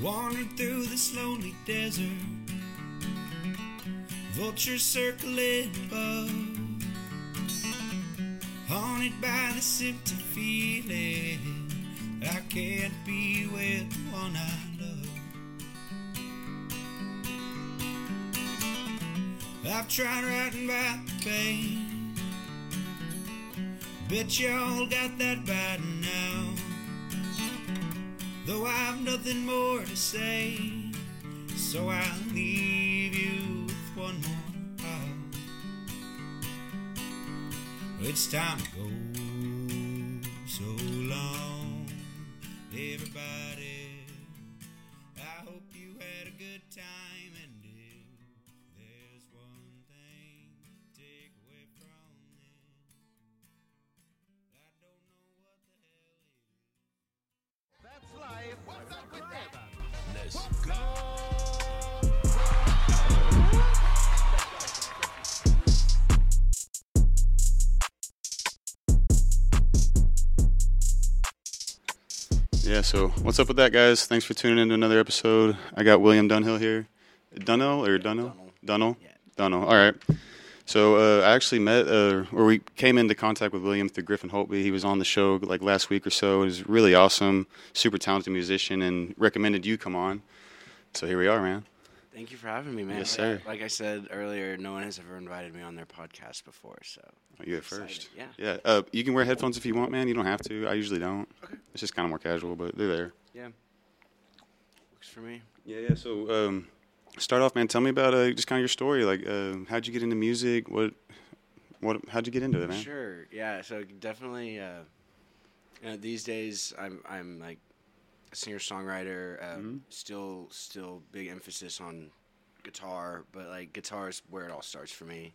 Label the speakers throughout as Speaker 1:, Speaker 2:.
Speaker 1: Wandering through this lonely desert, vultures circling above, haunted by this empty feeling. I can't be with the one I love. I've tried writing about the pain. Bet y'all got that by now. Though I've nothing more to say, so I'll leave you with one more howl. It's time to go. So long, everybody. I hope you had a good time. And if there's one thing to take away from this, I don't know what the hell it is.
Speaker 2: That's life. What's up with that?
Speaker 3: Yeah, so what's up with that, guys? Thanks for tuning in to another episode. I got William Dunhill here. Dunhill or Dunhill? Dunhill. Dunhill. All right. So uh, I actually met, uh, or we came into contact with William through Griffin Holtby. He was on the show like last week or so. He was really awesome, super talented musician, and recommended you come on. So here we are, man.
Speaker 4: Thank you for having me, man.
Speaker 3: Yes,
Speaker 4: Like-
Speaker 3: sir.
Speaker 4: Like I said earlier, no one has ever invited me on their podcast before, so
Speaker 3: You at
Speaker 4: Excited,
Speaker 3: first.
Speaker 4: yeah.
Speaker 3: Yeah. Uh, you can wear headphones if you want, man. You don't have to. I usually don't. It's just kind of more casual, but they're there.
Speaker 4: yeah, works for me.
Speaker 3: Yeah, yeah. So, um, start off, man. Tell me about uh, just kind of your story. Like, uh, how'd you get into music? What, what? How'd you get into it, man?
Speaker 4: Sure. Yeah. So definitely, uh, you know, these days I'm I'm like a singer songwriter. Uh,
Speaker 3: Mm-hmm.
Speaker 4: Still, still big emphasis on guitar, but like guitar is where it all starts for me.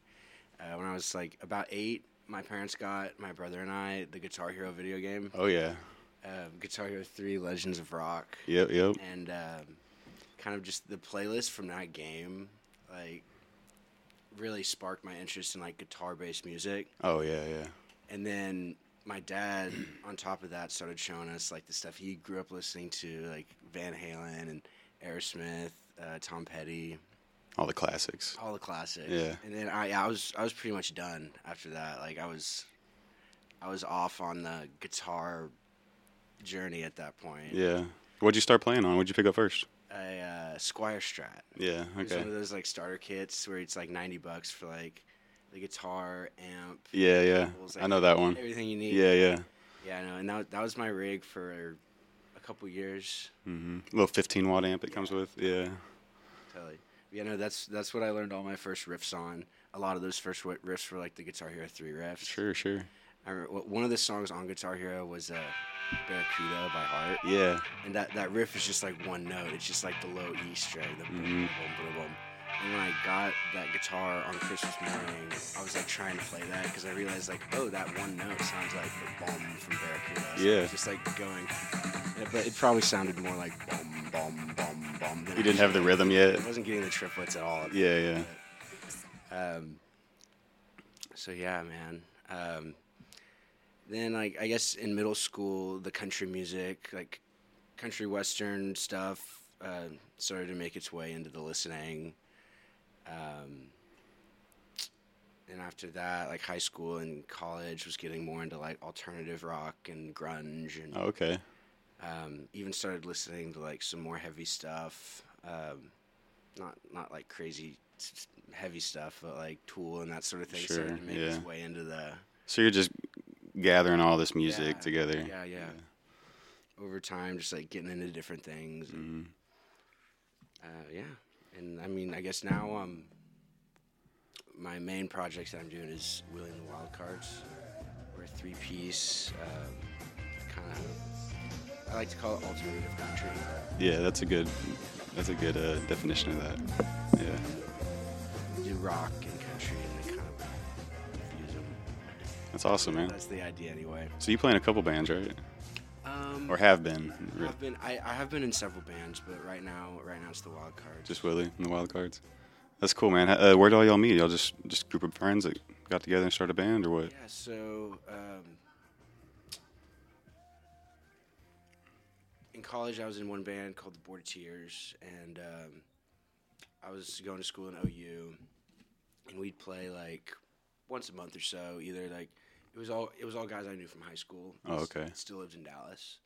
Speaker 4: Uh, when I was like about eight, my parents got my brother and I the Guitar Hero video game,
Speaker 3: Oh yeah.
Speaker 4: uh, Guitar Hero Three: Legends of Rock.
Speaker 3: Yep. Yep.
Speaker 4: and um, kind of just the playlist from that game like really sparked my interest in like guitar based music
Speaker 3: Oh yeah. Yeah.
Speaker 4: and then my dad on top of that started showing us like the stuff he grew up listening to like van halen and aerosmith uh, tom petty
Speaker 3: All the classics.
Speaker 4: all the classics
Speaker 3: Yeah.
Speaker 4: and then I, I was i was pretty much done after that like i was i was off on the guitar journey at that point
Speaker 3: Yeah. What'd you start playing on? What'd you pick up first?
Speaker 4: i uh, squire strat
Speaker 3: Yeah.
Speaker 4: It's
Speaker 3: Okay.
Speaker 4: one of those like starter kits where it's like ninety bucks for like the guitar, amp.
Speaker 3: Yeah. Yeah.
Speaker 4: cables,
Speaker 3: I know that one.
Speaker 4: Everything you need.
Speaker 3: Yeah. Yeah.
Speaker 4: Yeah, I know, and that that was my rig for a couple years.
Speaker 3: Mm-hmm. Little 15 watt amp it comes with. Yeah.
Speaker 4: Totally. Yeah, no, that's that's what I learned all my first riffs on. A lot of those first wi- riffs were like the Guitar Hero three riffs.
Speaker 3: Sure. Sure.
Speaker 4: I remember, one of the songs on Guitar Hero was uh, Barracuda by Heart.
Speaker 3: Yeah.
Speaker 4: And that, that riff is just like one note. It's just like the low E string, the boom,
Speaker 3: Mm-hmm.
Speaker 4: boom, boom, boom. And when I got that guitar on Christmas morning, I was like trying to play that because I realized like, oh, that one note sounds like the bomb from Barracuda. So
Speaker 3: Yeah.
Speaker 4: Just like going, yeah, but it probably sounded more like bomb, bomb, bomb, bomb. than
Speaker 3: You didn't have the rhythm yet.
Speaker 4: I wasn't getting the triplets at all.
Speaker 3: Yeah. Yeah.
Speaker 4: Um, so yeah, man. Um, then like I guess in middle school, the country music, like country western stuff, uh, started to make its way into the listening. Um, and after that, like high school and college was getting more into like alternative rock and grunge, and
Speaker 3: Oh, okay.
Speaker 4: um, even started listening to like some more heavy stuff. Um, not not like crazy s- s- heavy stuff, but like Tool and that sort of thing
Speaker 3: Sure,
Speaker 4: started to make
Speaker 3: yeah.
Speaker 4: its way into the
Speaker 3: So you're just gathering all this music
Speaker 4: Yeah,
Speaker 3: together.
Speaker 4: Yeah, yeah, Over time, just like getting into different things.
Speaker 3: Mm-hmm.
Speaker 4: and, Uh, yeah, and I mean, I guess now um, my main project that I'm doing is Willing the Wild Cards. We're a three piece, um, kind of. I like to call it alternative country.
Speaker 3: Yeah, that's a good that's a good uh, definition of that. Yeah,
Speaker 4: do rock and country and they kind of fuse 'em.
Speaker 3: that's awesome, man.
Speaker 4: That's the idea anyway.
Speaker 3: So you play in a couple bands, right?
Speaker 4: Um,
Speaker 3: Or have been? Re-
Speaker 4: I've been I, I have been in several bands, but right now right now it's the wild card.
Speaker 3: Just Willie and the Wild Cards. That's cool, man. Uh, where did all y'all meet? Y'all just just group of friends that got together and started a band, or what?
Speaker 4: yeah. So um, in college, I was in one band called the Board of Tears, and um, I was going to school in OU, and we'd play like once a month or so. Either like it was all it was all guys I knew from high school.
Speaker 3: Oh,
Speaker 4: S-
Speaker 3: okay.
Speaker 4: Still lived in Dallas,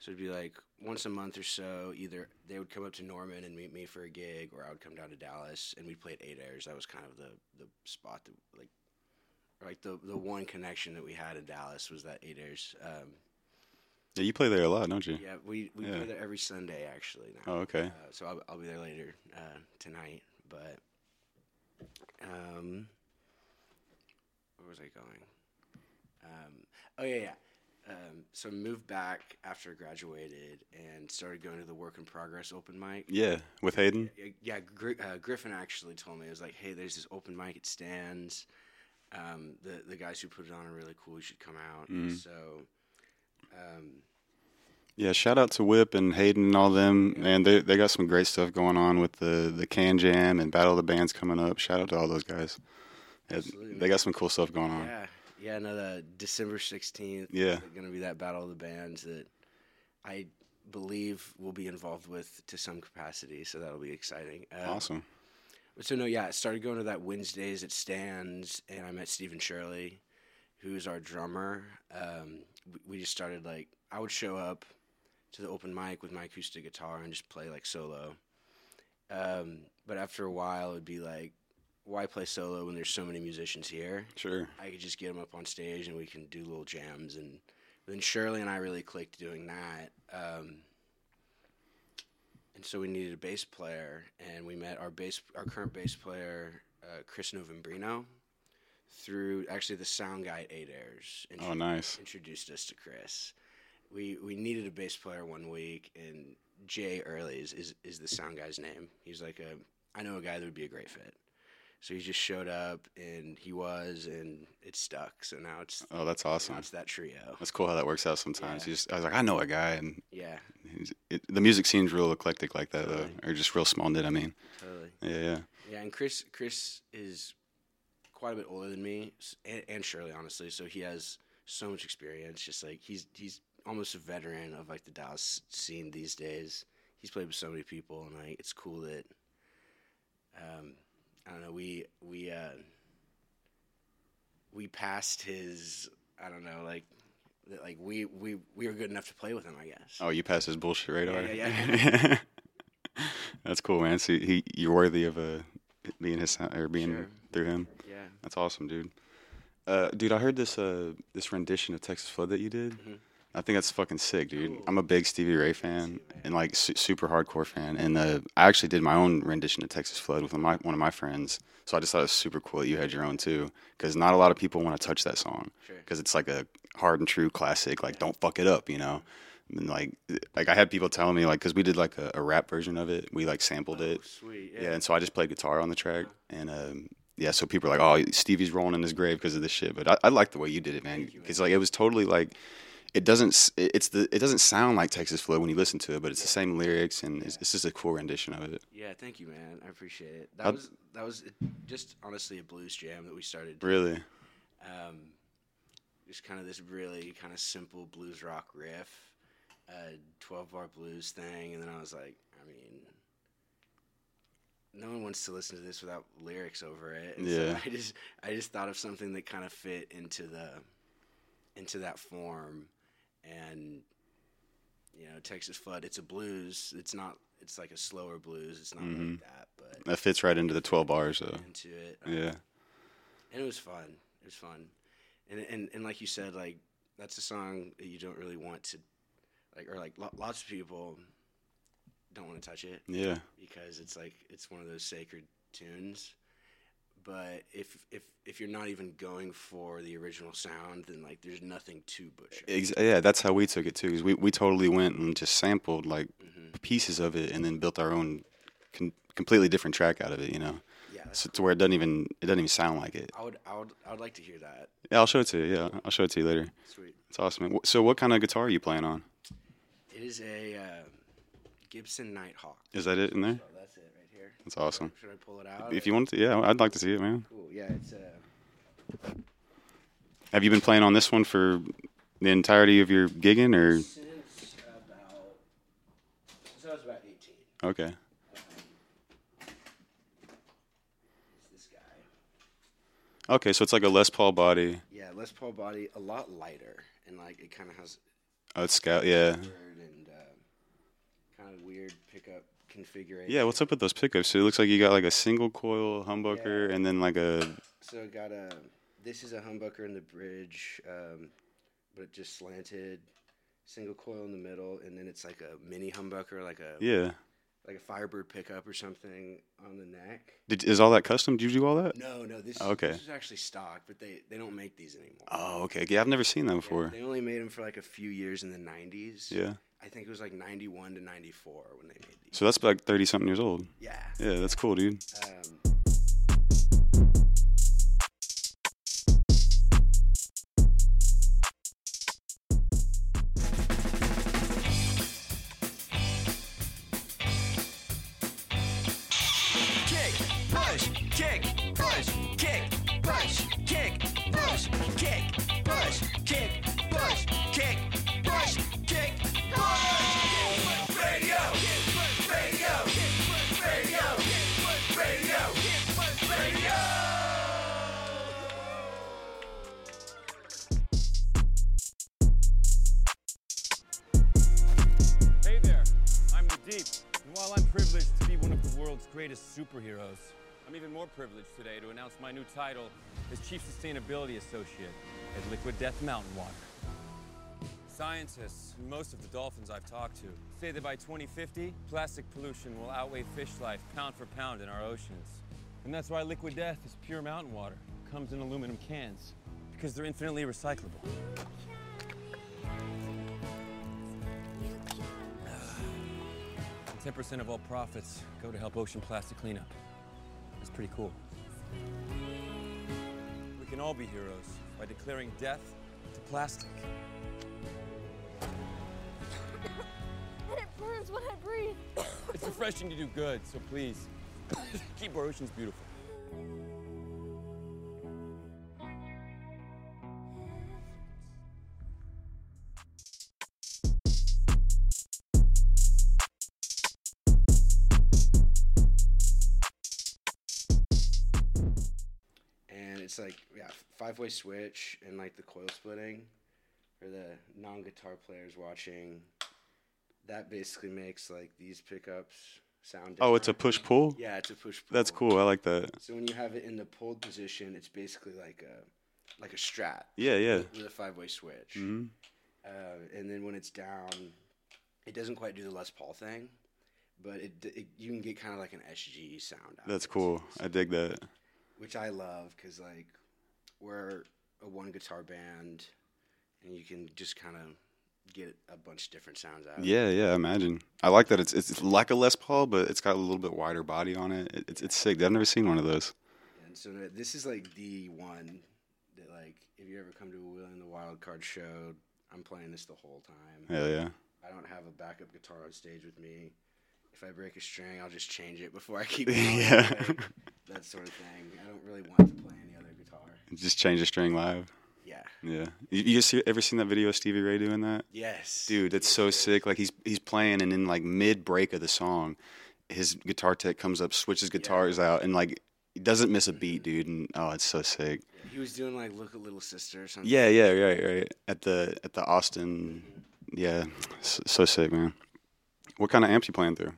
Speaker 4: so it'd be like once a month or so. Either they would come up to Norman and meet me for a gig, or I would come down to Dallas and we'd play at Eight Airs. That was kind of the the spot that like or, like the the one connection that we had in Dallas was that Eight Airs. Um,
Speaker 3: Yeah, you play there a lot, don't you?
Speaker 4: yeah, we we
Speaker 3: Yeah.
Speaker 4: play there every Sunday actually now.
Speaker 3: Oh, okay.
Speaker 4: Uh, so I'll, I'll be there later uh, tonight. But um, where was I going? Um, oh yeah, yeah. Um, so I moved back after I graduated and started going to the work in progress open mic.
Speaker 3: Yeah, with Hayden.
Speaker 4: Yeah, yeah Gr- uh, Griffin actually told me it was like, hey, there's this open mic at Stands. Um, the the guys who put it on are really cool. You should come out. So. Um,
Speaker 3: Yeah, shout out to Whip and Hayden and all them. And they they got some great stuff going on with the the Can Jam and Battle of the Bands coming up. Shout out to all those guys. Yeah,
Speaker 4: Absolutely,
Speaker 3: they
Speaker 4: man.
Speaker 3: got some cool stuff going on.
Speaker 4: Yeah, yeah. No, the December sixteenth.
Speaker 3: Yeah.
Speaker 4: going to be that battle of the bands that I believe will be involved with to some capacity. So that'll be exciting. Uh,
Speaker 3: Awesome.
Speaker 4: So no, yeah, I started going to that Wednesdays at Stands, and I met Stephen Shirley, who's our drummer. Um, we, we just started like I would show up to the open mic with my acoustic guitar and just play like solo. Um, but after a while, it would be like, why play solo when there's so many musicians here?
Speaker 3: Sure.
Speaker 4: I could just get him up on stage and we can do little jams. And then Shirley and I really clicked doing that. Um, and so we needed a bass player, and we met our bass, our current bass player, uh, Chris Novembrino, through actually the sound guy at Eight Airs. And
Speaker 3: Oh, nice.
Speaker 4: Introduced us to Chris. We we needed a bass player one week, and Jay Early is is, is the sound guy's name. He's like a I know a guy that would be a great fit. So he just showed up, and he was, and it stuck. So now it's
Speaker 3: Oh, that's
Speaker 4: now
Speaker 3: awesome.
Speaker 4: it's that trio.
Speaker 3: That's cool how that works out sometimes.
Speaker 4: Yeah.
Speaker 3: You just, I was like, I know a guy, and
Speaker 4: Yeah,
Speaker 3: he's, it, the music seems real eclectic like that, though,
Speaker 4: Totally.
Speaker 3: or just real small knit. I mean,
Speaker 4: totally.
Speaker 3: yeah, yeah.
Speaker 4: Yeah, and Chris Chris is quite a bit older than me, s- and, and Shirley, honestly. So he has so much experience. Just like he's he's almost a veteran of like the Dallas scene these days. He's played with so many people, and like it's cool that um, I don't know. We we uh, we passed his I don't know like that, like we we we were good enough to play with him. I guess.
Speaker 3: Oh, you passed his bullshit radar.
Speaker 4: yeah,
Speaker 3: That's cool, man. So he, you're worthy of uh, being his sound- or being
Speaker 4: Sure.
Speaker 3: through him.
Speaker 4: Yeah.
Speaker 3: That's awesome, dude. Uh, dude, I heard this uh, this rendition of Texas Flood that you did. I think that's fucking sick, dude. I'm a big Stevie Ray fan and like su- super hardcore fan. And uh, I actually did my own rendition of Texas Flood with my one of my friends. So I just thought it was super cool that you had your own too, because not a lot of people want to touch that song
Speaker 4: Sure.
Speaker 3: because it's like a hard and true classic. Like, don't fuck it up, you know. And like, like I had people telling me like, because we did like a, a rap version of it. We like sampled it.
Speaker 4: Sweet.
Speaker 3: Yeah, and so I just played guitar on the track, and um, yeah, so people are like, "Oh, Stevie's rolling in his grave because of this shit," but I, I like the way you did it, man, because like it was totally like it doesn't s- it- it's the it doesn't sound like Texas Flow when you listen to it, but it's the same lyrics and it's, it's just a cool rendition of it.
Speaker 4: Yeah, thank you, man. I appreciate it. That
Speaker 3: I'd-
Speaker 4: was that was just honestly a blues jam that we started.
Speaker 3: Really,
Speaker 4: Um, just kind of this really kind of simple blues rock riff, uh, twelve bar blues thing, and then I was like, I mean, no one wants to listen to this without lyrics over it. And
Speaker 3: Yeah.
Speaker 4: So I just I just thought of something that kind of fit into the into that form, and you know, Texas Flood. It's a blues. It's not. It's like a slower blues. It's not
Speaker 3: Mm-hmm.
Speaker 4: like that, but
Speaker 3: that fits right into the twelve bars though.
Speaker 4: into it.
Speaker 3: Yeah,
Speaker 4: And it was fun. It was fun. And and, and like you said, like that's a song that you don't really want to like or like lo- lots of people don't want to touch it
Speaker 3: yeah,
Speaker 4: because it's like it's one of those sacred tunes. But if if if you're not even going for the original sound, then like there's nothing to butcher.
Speaker 3: Ex- yeah. That's how we took it too, because we we totally went and just sampled like pieces of it and then built our own con- completely different track out of it, you know,
Speaker 4: yeah, that's-
Speaker 3: so to where it doesn't even it doesn't even sound like it.
Speaker 4: I would I would I would like to hear that.
Speaker 3: Yeah, I'll show it to you. Yeah, I'll show it to you later.
Speaker 4: Sweet.
Speaker 3: It's awesome. man. Wh- So, what kind of guitar are you playing on?
Speaker 4: It is a uh, Gibson Nighthawk.
Speaker 3: Is that it in there?
Speaker 4: Oh, that's it right here.
Speaker 3: That's awesome.
Speaker 4: Should I pull it out?
Speaker 3: If you want to, yeah, I'd like to see it, man.
Speaker 4: Cool. Yeah, it's uh,
Speaker 3: Have you been playing on this one for the entirety of your gigging, or
Speaker 4: since about So I was about 18.
Speaker 3: Okay.
Speaker 4: It's this guy.
Speaker 3: Okay, so it's like a Les Paul body.
Speaker 4: Yeah, Les Paul body, a lot lighter, and like it kind of has
Speaker 3: Oh, it's scout. Yeah.
Speaker 4: weird and uh, kind of weird pickup configuration.
Speaker 3: Yeah. What's up with those pickups? So it looks like you got like a single coil humbucker and then like a
Speaker 4: So I got a. This is a humbucker in the bridge, um, but it just slanted, single coil in the middle, and then it's like a mini humbucker, like a
Speaker 3: yeah.
Speaker 4: like a Firebird pickup or something on the neck.
Speaker 3: Did, is all that custom? Did you do all that?
Speaker 4: No, no, this
Speaker 3: Okay.
Speaker 4: this is actually stock, but they they don't make these anymore.
Speaker 3: Oh, okay. Yeah, I've never seen that
Speaker 4: Yeah,
Speaker 3: before.
Speaker 4: They only made them for like a few years in the '90s.
Speaker 3: Yeah.
Speaker 4: I think it was like '91 to '94 when they made these.
Speaker 3: So that's like thirty something years old.
Speaker 4: Yeah.
Speaker 3: Yeah, that's cool, dude.
Speaker 4: Um,
Speaker 5: kick,
Speaker 4: um,
Speaker 5: push, kick, push, kick, push, kick, push, kick, push, kick, push, kick, push, kick, push. Radio, radio, radio, radio, radio.
Speaker 6: Hey there, I'm the Deep, and while I'm privileged to be one of the world's greatest superheroes, I'm even more privileged today to announce my new title as Chief Sustainability Associate at Liquid Death Mountain Water. Scientists, and most of the dolphins I've talked to, say that by 2050, plastic pollution will outweigh fish life pound for pound in our oceans. And that's why Liquid Death is pure mountain water, comes in aluminum cans, because they're infinitely recyclable. Ten percent of all profits go to help ocean plastic cleanup. That's pretty cool. We can all be heroes by declaring death to plastic.
Speaker 7: And it burns when I breathe.
Speaker 6: It's refreshing to do good, so please keep our oceans beautiful.
Speaker 4: and it's like yeah, five way switch and like the coil splitting for the non guitar players watching. That basically makes like these pickups sound.
Speaker 3: Oh, it's a
Speaker 4: different.
Speaker 3: push pull.
Speaker 4: Yeah, it's a push. Pull.
Speaker 3: That's cool. I like that.
Speaker 4: So when you have it in the pulled position, it's basically like a like a strat
Speaker 3: Yeah, yeah.
Speaker 4: with a five way switch.
Speaker 3: hmm
Speaker 4: Uh, and then when it's down, it doesn't quite do the Les Paul thing, but it, it you can get kind of like an SG sound. Out of
Speaker 3: That's
Speaker 4: it.
Speaker 3: cool. I dig that.
Speaker 4: which I love because like we're a one guitar band, and you can just kind of get a bunch of different sounds out. of it.
Speaker 3: Yeah, yeah. I Imagine. I like that. It's it's like a Les Paul, but it's got a little bit wider body on it. it it's it's sick. I've never seen one of those.
Speaker 4: And so that- this is like the one that like if you ever come to a Wheel in the Wild Card show, I'm playing this the whole time.
Speaker 3: Hell yeah.
Speaker 4: I don't have a backup guitar on stage with me. If I break a string, I'll just change it before I keep going.
Speaker 3: Yeah.
Speaker 4: like, that sort of thing. I don't really want to play any other guitar.
Speaker 3: Just change the string live.
Speaker 4: Yeah.
Speaker 3: Yeah. You, you see, ever seen that video of Stevie Ray doing that?
Speaker 4: Yes.
Speaker 3: Dude, that's so
Speaker 4: Yes, yes.
Speaker 3: sick. Like he's he's playing, and in like mid break of the song, his guitar tech comes up, switches guitars out, and like he doesn't miss a beat, dude. And oh, it's so sick.
Speaker 4: He was doing like "Look at Little Sister" or something.
Speaker 3: Yeah, yeah, right, right. At the at the Austin, yeah, so, so sick, man. What kind of amps you playing through?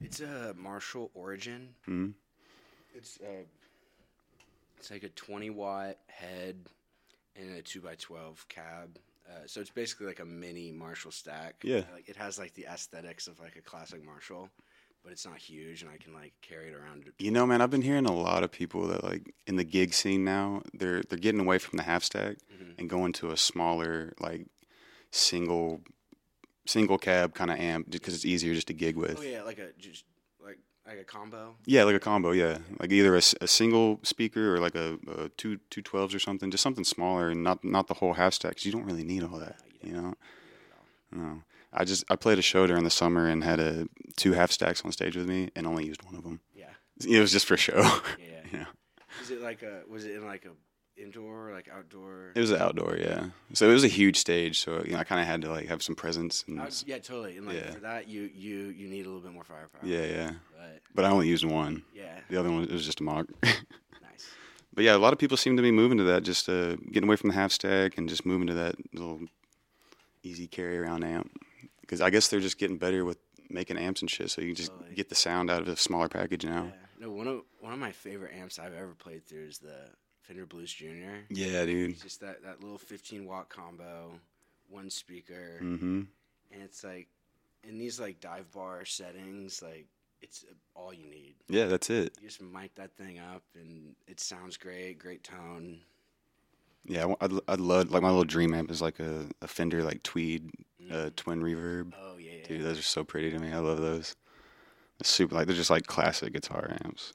Speaker 4: It's a Marshall Origin.
Speaker 3: Hmm.
Speaker 4: It's uh, it's like a 20 watt head and a 2x12 cab. Uh, so it's basically like a mini Marshall stack.
Speaker 3: Yeah.
Speaker 4: Like it has like the aesthetics of like a classic Marshall, but it's not huge and I can like carry it around.
Speaker 3: You know, man, I've been hearing a lot of people that like in the gig scene now, they're they're getting away from the half stack and going to a smaller like single single cab kind of amp because it's easier just to gig with.
Speaker 4: Oh yeah, like a just like like a combo.
Speaker 3: Yeah, like a combo. Yeah, like either a, s- a single speaker or like a, a two two twelves or something, just something smaller and not not the whole half stack. 'cause you don't really need all that, you know. No, I just I played a show during the summer and had a two half stacks on stage with me and only used one of them.
Speaker 4: Yeah.
Speaker 3: It was just for show.
Speaker 4: Yeah.
Speaker 3: yeah.
Speaker 4: Is it like a was it in like a indoor, like outdoor?
Speaker 3: It was outdoor, yeah. So it was a huge stage, so you know, I kind of had to like have some presence and
Speaker 4: Out-
Speaker 3: s-
Speaker 4: yeah, totally. And like
Speaker 3: yeah.
Speaker 4: for that, you you you need a little bit more firepower.
Speaker 3: yeah, yeah.
Speaker 4: But
Speaker 3: But I only used one.
Speaker 4: yeah,
Speaker 3: The other one was just a mock.
Speaker 4: nice.
Speaker 3: but yeah, a lot of people seem to be moving to that, just uh, getting away from the half stack and just moving to that little easy carry around amp. Because I guess they're just getting better with making amps and shit, so you can just get the sound out of a smaller package now.
Speaker 4: Yeah. No, one of one of my favorite amps I've ever played through is the Fender Blues Junior.
Speaker 3: Yeah, dude.
Speaker 4: It's just that that little 15 watt combo, one speaker,
Speaker 3: Mm-hmm.
Speaker 4: and it's like in these like dive bar settings, like it's all you need.
Speaker 3: Yeah, that's it.
Speaker 4: You just mic that thing up, and it sounds great. Great tone.
Speaker 3: Yeah, I wa- I'd, I'd love like my little dream amp is like a, a Fender like tweed uh, twin reverb.
Speaker 4: Mm. Oh yeah, yeah.
Speaker 3: Dude, those are so pretty to me. I love those. It's super like they're just like classic guitar amps,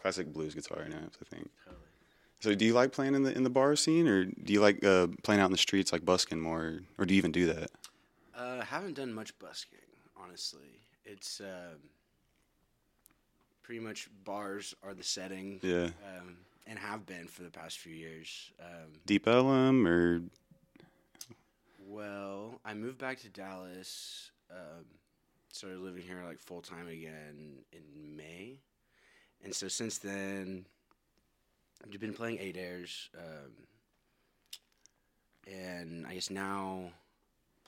Speaker 3: classic blues guitar amps. I think. So, do you like playing in the in the bar scene, or do you like uh, playing out in the streets, like busking more, or do you even do that?
Speaker 4: Uh, haven't done much busking, honestly. It's um, pretty much bars are the setting,
Speaker 3: Yeah.
Speaker 4: um, and have been for the past few years. Um,
Speaker 3: Deep Ellum, or
Speaker 4: well, I moved back to Dallas, um, started living here like full time again in May, and so since then, I've been playing eight airs, um, and I guess now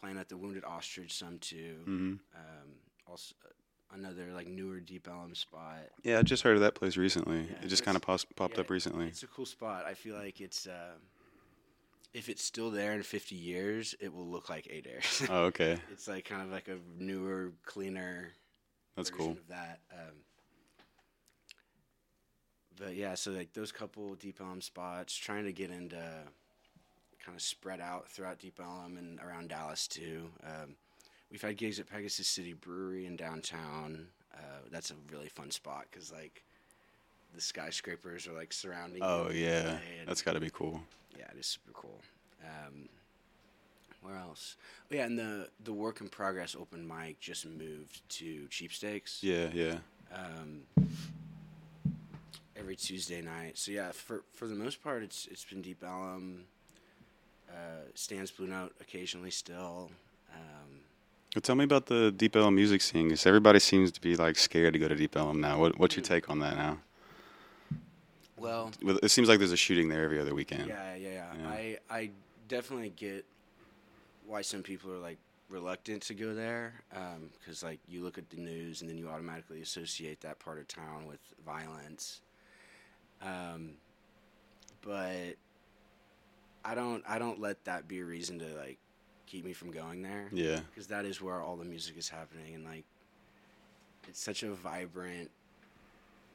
Speaker 4: playing at the Wounded Ostrich some too.
Speaker 3: Mhm.
Speaker 4: um, also uh, another like newer Deep Elm spot.
Speaker 3: yeah, I just heard of that place recently.
Speaker 4: Yeah,
Speaker 3: it just
Speaker 4: it's-
Speaker 3: kind of pos- popped
Speaker 4: yeah,
Speaker 3: up recently.
Speaker 4: It's a cool spot. I feel like it's uh, if it's still there in 50 years, it will look like Eight Airs.
Speaker 3: Oh, okay,
Speaker 4: it's like kind of like a newer, cleaner.
Speaker 3: that's
Speaker 4: version
Speaker 3: cool.
Speaker 4: Of that. Um, but yeah, so like those couple Deep Elm spots, trying to get into kind of spread out throughout Deep Elm and around Dallas too. Um, we've had gigs at Pegasus City Brewery in downtown. Uh, that's a really fun spot because like the skyscrapers are like surrounding.
Speaker 3: Oh
Speaker 4: you in a
Speaker 3: yeah,
Speaker 4: way, and-
Speaker 3: that's got to be cool.
Speaker 4: yeah, it is super cool. Um, where else? Oh, yeah, and the the work in progress open mic just moved to Cheapsteaks
Speaker 3: Yeah, yeah,
Speaker 4: um, every Tuesday night. So yeah, for for the most part, it's it's been Deep Ellum. Uh, Stan's Blue Note occasionally still. Um,
Speaker 3: Well, tell me about the Deep Ellum music scene, because everybody seems to be like scared to go to Deep Ellum now. What, what's your
Speaker 4: Mm.
Speaker 3: take on that now?
Speaker 4: well,
Speaker 3: Well, It seems like there's a shooting there every other weekend.
Speaker 4: yeah, yeah, yeah,
Speaker 3: Yeah.
Speaker 4: I I definitely get why some people are like reluctant to go there because like you look at the news and then you automatically associate that part of town with violence. Um, but I don't I don't let that be a reason to like keep me from going there.
Speaker 3: Yeah.
Speaker 4: because that is where all the music is happening and like it's such a vibrant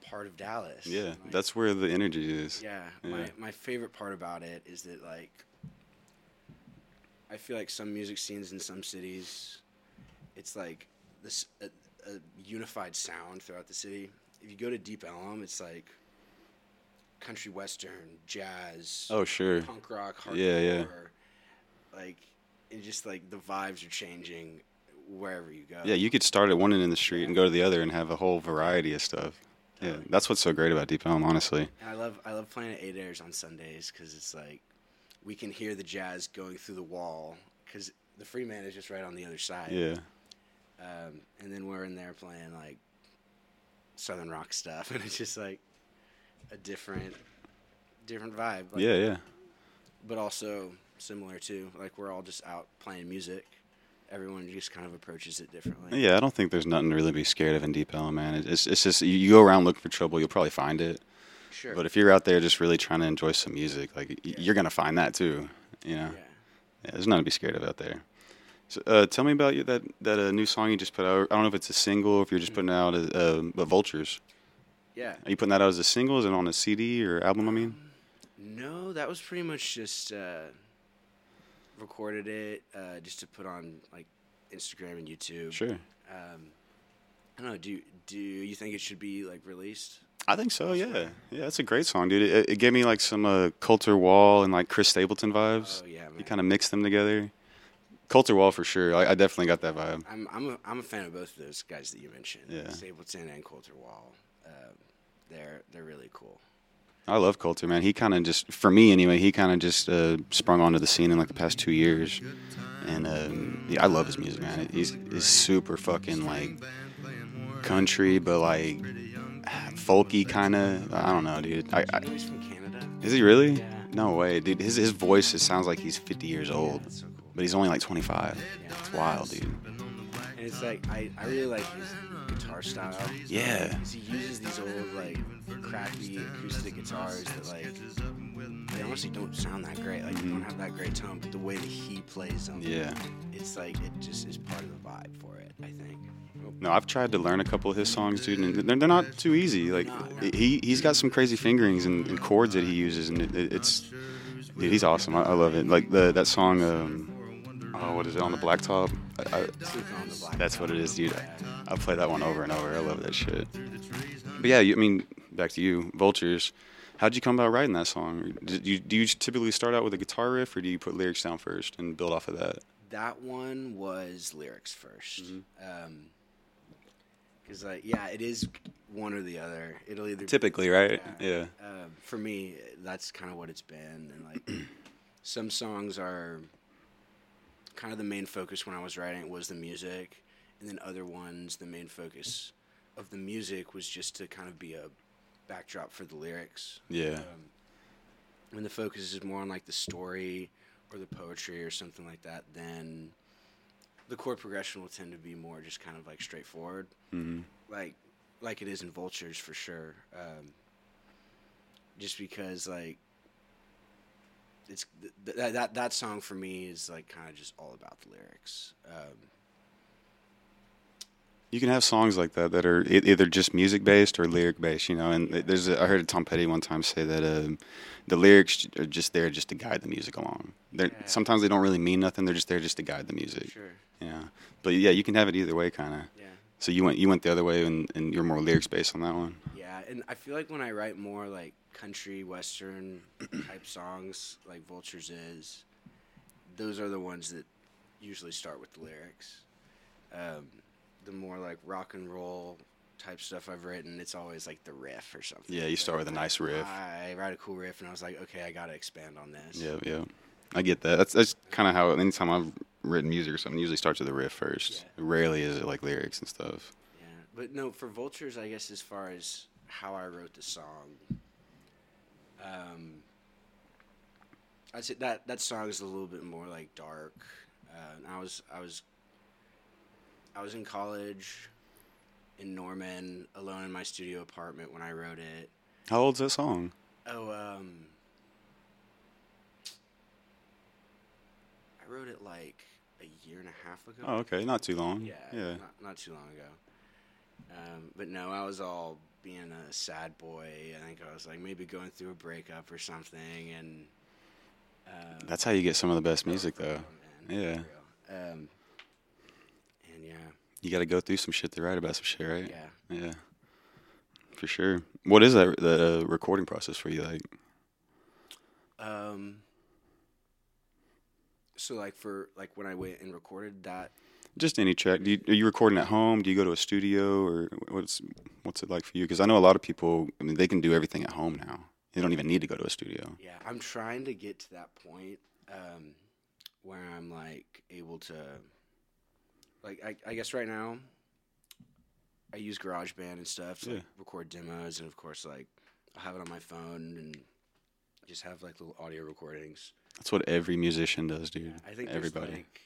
Speaker 4: part of dallas
Speaker 3: Yeah,
Speaker 4: Like,
Speaker 3: that's where the energy is.
Speaker 4: yeah,
Speaker 3: yeah.
Speaker 4: My, my favorite part about it is that like i feel like some music scenes in some cities it's like this a, a unified sound throughout the city if you go to deep elm it's like country western jazz
Speaker 3: Oh, sure.
Speaker 4: punk rock, hardcore.
Speaker 3: Yeah, yeah.
Speaker 4: Like, it just like the vibes are changing wherever you go.
Speaker 3: Yeah, you could start at one end in the street and go to the other and have a whole variety of stuff. Yeah, that's what's so great about Deep Elm, honestly.
Speaker 4: And I love I love playing at Eight Airs on Sundays because it's like we can hear the jazz going through the wall because the free man is just right on the other side.
Speaker 3: Yeah,
Speaker 4: Um, and then we're in there playing like southern rock stuff, and it's just like a different different vibe. Like,
Speaker 3: yeah, yeah.
Speaker 4: but also similar too. Like we're all just out playing music. Everyone just kind of approaches it differently.
Speaker 3: Yeah, I don't think there's nothing to really be scared of in Deep Elm, man. It- It's, it's just, you- you go around looking for trouble, you'll probably find it.
Speaker 4: Sure.
Speaker 3: But if you're out there just really trying to enjoy some music, like, y- you're going to find that too, you know?
Speaker 4: yeah.
Speaker 3: Yeah, there's nothing to be scared of out there. So, uh, tell me about your, that that uh, new song you just put out. I don't know if it's a single or if you're just putting it out as, uh, but Vultures.
Speaker 4: Yeah.
Speaker 3: Are you putting that out as a single? Is it on a CD or album? I mean,
Speaker 4: No, that was pretty much just uh, recorded it uh, just to put on like Instagram and YouTube.
Speaker 3: sure.
Speaker 4: Um, I don't know. Do do you think it should be like released?
Speaker 3: I think so. Yeah, yeah, that's a great song, dude. It, it gave me like some uh, Coulter Wall and like Chris Stapleton vibes.
Speaker 4: Oh, yeah,
Speaker 3: You
Speaker 4: man.
Speaker 3: kind of mix them together. Coulter Wall for sure. I, I definitely got that vibe.
Speaker 4: I'm I'm a, I'm a fan of both of those guys that you mentioned.
Speaker 3: Yeah.
Speaker 4: Stapleton and Coulter Wall. Um, they're they're Uh, really cool.
Speaker 3: I love Coulter, man. He kind of just, for me anyway, he kind of just uh, sprung onto the scene in like the past two years, and um, yeah, I love his music, man. He's, he's super fucking like country, but like folky kind of. I don't know, dude. I, I,
Speaker 4: You know he's from Canada.
Speaker 3: is he really?
Speaker 4: Yeah.
Speaker 3: No way, dude. His his voice it sounds like he's 50 years old, but he's only like 25. It's wild, dude.
Speaker 4: And it's like I, I really like his guitar style.
Speaker 3: Yeah.
Speaker 4: Because he uses these old like crappy acoustic guitars that like they honestly don't sound that great. Like they don't have that great tone, but the way that he plays them,
Speaker 3: Yeah.
Speaker 4: it's like it just is part of the vibe for it. I think.
Speaker 3: No, I've tried to learn a couple of his songs, dude, and they're, they're not too easy. Like he he's got some crazy fingerings and, and chords that he uses, and it, it, it's dude, he's awesome. I, I love it. Like the that song, um, oh, what is it on the blacktop? I, I,
Speaker 4: Sleeping on the black.
Speaker 3: that's what it is, dude. I, I play that one over and over. I love that shit. But yeah, you, I mean, back to you, Vultures. How'd you come about writing that song? Did you, do you typically start out with a guitar riff, or do you put lyrics down first and build off of that?
Speaker 4: that one was lyrics 1st
Speaker 3: Mm-hmm.
Speaker 4: Um 'cause because like yeah, it is one or the other. It'll either
Speaker 3: Typically, right? Yeah.
Speaker 4: uh, for me, that's kind of what it's been. And like, some songs are kind of the main focus when I was writing was the music, and then other ones, the main focus of the music was just to kind of be a backdrop for the lyrics.
Speaker 3: Yeah.
Speaker 4: When the focus is more on like the story or the poetry or something like that, then the chord progression will tend to be more just kind of like straightforward, like like it is in Vultures for sure. Um, just because like it's th- th- that that that song for me is like kind of just all about the lyrics. Um,
Speaker 3: You can have songs like that that are e- either just music based or lyric based, you know. And th- there's, a, I heard Tom Petty one time say that um the lyrics are just there just to guide the music along. They're, Sometimes they don't really mean nothing; they're just there just to guide the music.
Speaker 4: Sure.
Speaker 3: Yeah, but yeah, you can have it either way, kind of.
Speaker 4: yeah,
Speaker 3: So you went, you went the other way, and, and you're more lyrics based on that one.
Speaker 4: yeah, and I feel like when I write more like country western type songs, like Vultures is, those are the ones that usually start with the lyrics. Um, the more like rock and roll type stuff I've written, it's always like the riff or something.
Speaker 3: Yeah, you start with a nice riff.
Speaker 4: I write a cool riff, and I was like, okay, I gotta expand on this.
Speaker 3: Yeah, yeah. I get that. That's that's kind of how. Anytime I've written music or something, it usually starts with a riff first. Rarely is it like lyrics and stuff.
Speaker 4: Yeah, but no, for Vultures, I guess as far as how I wrote the song, um, I'd say that that song is a little bit more like dark. Uh, and I was I was I was in college in Norman, alone in my studio apartment when I wrote it.
Speaker 3: How old's that song?
Speaker 4: Oh, um, I wrote it like a year and a half ago.
Speaker 3: Oh, okay, not too long.
Speaker 4: Yeah,
Speaker 3: yeah.
Speaker 4: Not, not too long ago. Um, but no, I was all being a sad boy. I think I was like maybe going through a breakup or something, and
Speaker 3: That's how you get some of the best music, though.
Speaker 4: oh,
Speaker 3: Yeah.
Speaker 4: man, for real. Um, and yeah,
Speaker 3: You got to go through some shit to write about some shit, right?
Speaker 4: Yeah.
Speaker 3: Yeah. For sure. What is that the uh, recording process for you like?
Speaker 4: um, so like for like when I went and recorded that,
Speaker 3: Just any track. Do you, are you recording at home? Do you go to a studio or what's what's it like for you? Because I know a lot of people. I mean, they can do everything at home now. They don't even need to go to a studio.
Speaker 4: yeah, I'm trying to get to that point um, where I'm like able to, like, I, I guess right now, I use GarageBand and stuff to like,
Speaker 3: Yeah.
Speaker 4: record demos, and of course, like, I have it on my phone and just have like little audio recordings.
Speaker 3: That's what every musician does, dude.
Speaker 4: I think
Speaker 3: everybody.
Speaker 4: There's, like,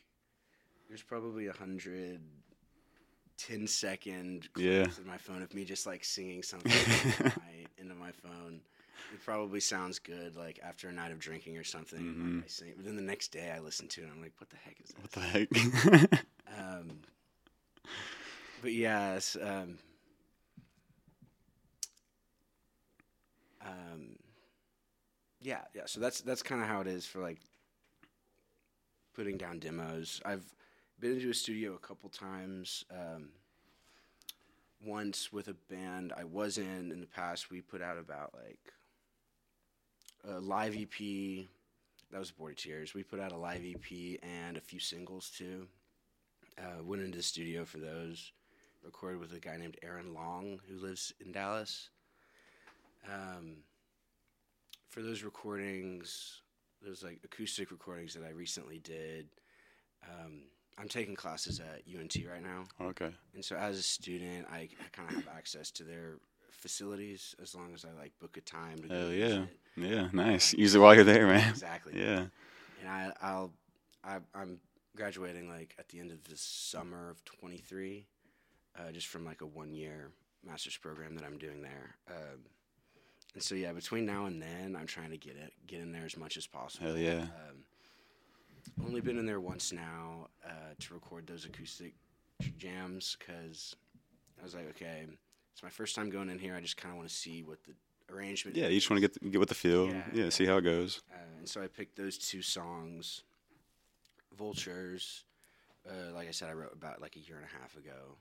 Speaker 4: there's probably a hundred. 10 second
Speaker 3: Yeah.
Speaker 4: clips in my phone of me just like singing something into my- into my phone. It probably sounds good like after a night of drinking or something.
Speaker 3: Mm-hmm.
Speaker 4: like, I sing, but then the next day I listen to it and I'm like, what the heck is this?
Speaker 3: what the heck?
Speaker 4: Um, but yes, um, um, yeah, yeah. So that's that's kind of how it is for like putting down demos. I've been into a studio a couple times. Um, once with a band I was in in the past, we put out about like a live EP. That was Board of Tears. We put out a live EP and a few singles too uh, went into the studio for those. Recorded with a guy named Aaron Long who lives in Dallas. Um, for those recordings, those like acoustic recordings that I recently did, um, I'm taking classes at UNT right now,
Speaker 3: Okay.
Speaker 4: and so as a student, I, I kind of have access to their facilities as long as I like book a time to go.
Speaker 3: Hell yeah.
Speaker 4: visit.
Speaker 3: Yeah. Nice. Use it while you're there, man.
Speaker 4: Exactly.
Speaker 3: Yeah.
Speaker 4: And I, I'll, I, I'm graduating like at the end of the summer of 23, uh, just from like a one year master's program that I'm doing there. Um, and so yeah, between now and then, I'm trying to get it, get in there as much as possible.
Speaker 3: Hell yeah.
Speaker 4: Only been in there once now uh, to record those acoustic jams because I was like, okay, it's my first time going in here. I just kind of want to see what the arrangement.
Speaker 3: Yeah. You
Speaker 4: is.
Speaker 3: just want to get get with the feel.
Speaker 4: Yeah.
Speaker 3: yeah. See how it goes.
Speaker 4: Uh, and so I picked those two songs, Vultures. Uh, like I said, I wrote about like a year and a half ago,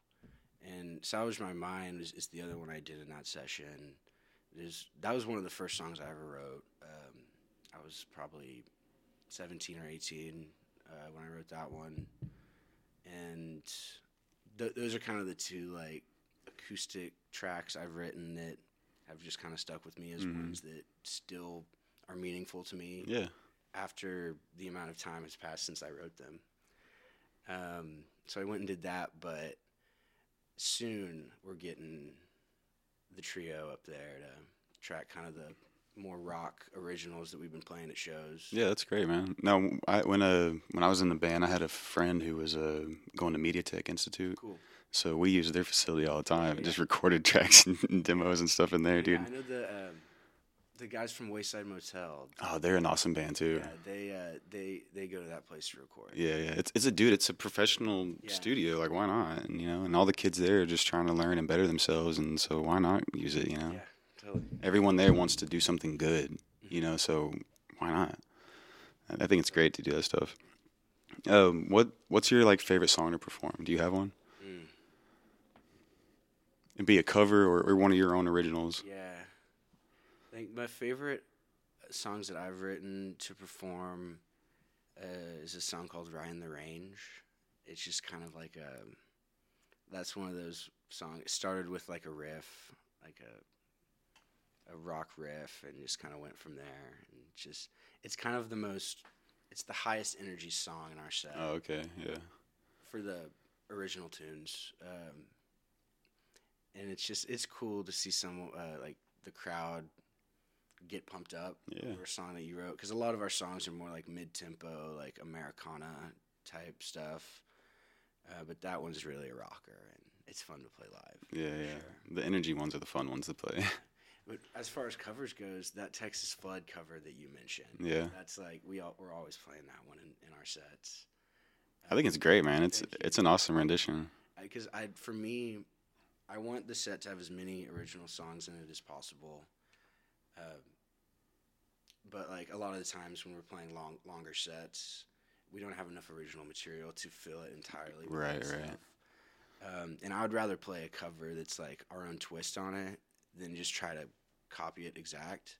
Speaker 4: and Salvage My Mind is, is the other one I did in that session. It is that was one of the first songs I ever wrote. Um, I was probably seventeen or eighteen uh, when I wrote that one, and th- those are kind of the two like acoustic tracks I've written that have just kind of stuck with me as ones that still are meaningful to me
Speaker 3: Yeah.
Speaker 4: after the amount of time has passed since I wrote them. Um, so I went and did that, but soon we're getting the trio up there to track kind of the more rock originals that we've been playing at shows.
Speaker 3: Yeah, that's great, man. Now, I, when uh, when I was in the band, I had a friend who was uh, going to MediaTek Institute,
Speaker 4: Cool.
Speaker 3: so we used their facility all the time. Just recorded tracks and demos and stuff in there, dude.
Speaker 4: I know the um the guys from Wayside Motel.
Speaker 3: Oh, they're an awesome band too.
Speaker 4: Yeah, they uh, they they go to that place to record.
Speaker 3: Yeah, yeah. It's it's a dude. It's a professional
Speaker 4: Yeah.
Speaker 3: studio. Like, why not? And, you know, and all the kids there are just trying to learn and better themselves, and so why not use it? You know,
Speaker 4: Yeah, totally.
Speaker 3: everyone there wants to do something good. You know, so why not? I- I think it's great to do that stuff. Um, what what's your like favorite song to perform? Do you have one? It'd be a cover or, or one of your own originals.
Speaker 4: Yeah. I think my favorite songs that I've written to perform uh, is a song called Ryan the Range. It's just kind of like a. That's one of those songs. It started with like a riff, like a a rock riff, and just kind of went from there. And just it's kind of the most, it's the highest energy song in our set
Speaker 3: Oh, okay, yeah,
Speaker 4: for the original tunes. Um, and it's just it's cool to see some uh, like the crowd get pumped up
Speaker 3: Yeah.
Speaker 4: over a song that you wrote because a lot of our songs are more like mid tempo, like Americana type stuff. Uh, but that one's really a rocker, and it's fun to play live.
Speaker 3: yeah, yeah. The energy ones are the fun ones to play.
Speaker 4: But as far as covers goes, that Texas Flood cover that you mentioned,
Speaker 3: Yeah.
Speaker 4: that's like we all, we're always playing that one in, in our sets.
Speaker 3: I think it's great, man. It's
Speaker 4: Thank you.
Speaker 3: it's an awesome rendition.
Speaker 4: because I, for me, I want the set to have as many original songs in it as possible. Uh, but like a lot of the times when we're playing long, longer sets, we don't have enough original material to fill it entirely. with
Speaker 3: Right,
Speaker 4: that
Speaker 3: right.
Speaker 4: stuff. Um, and I would rather play a cover that's like our own twist on it than just try to copy it exact.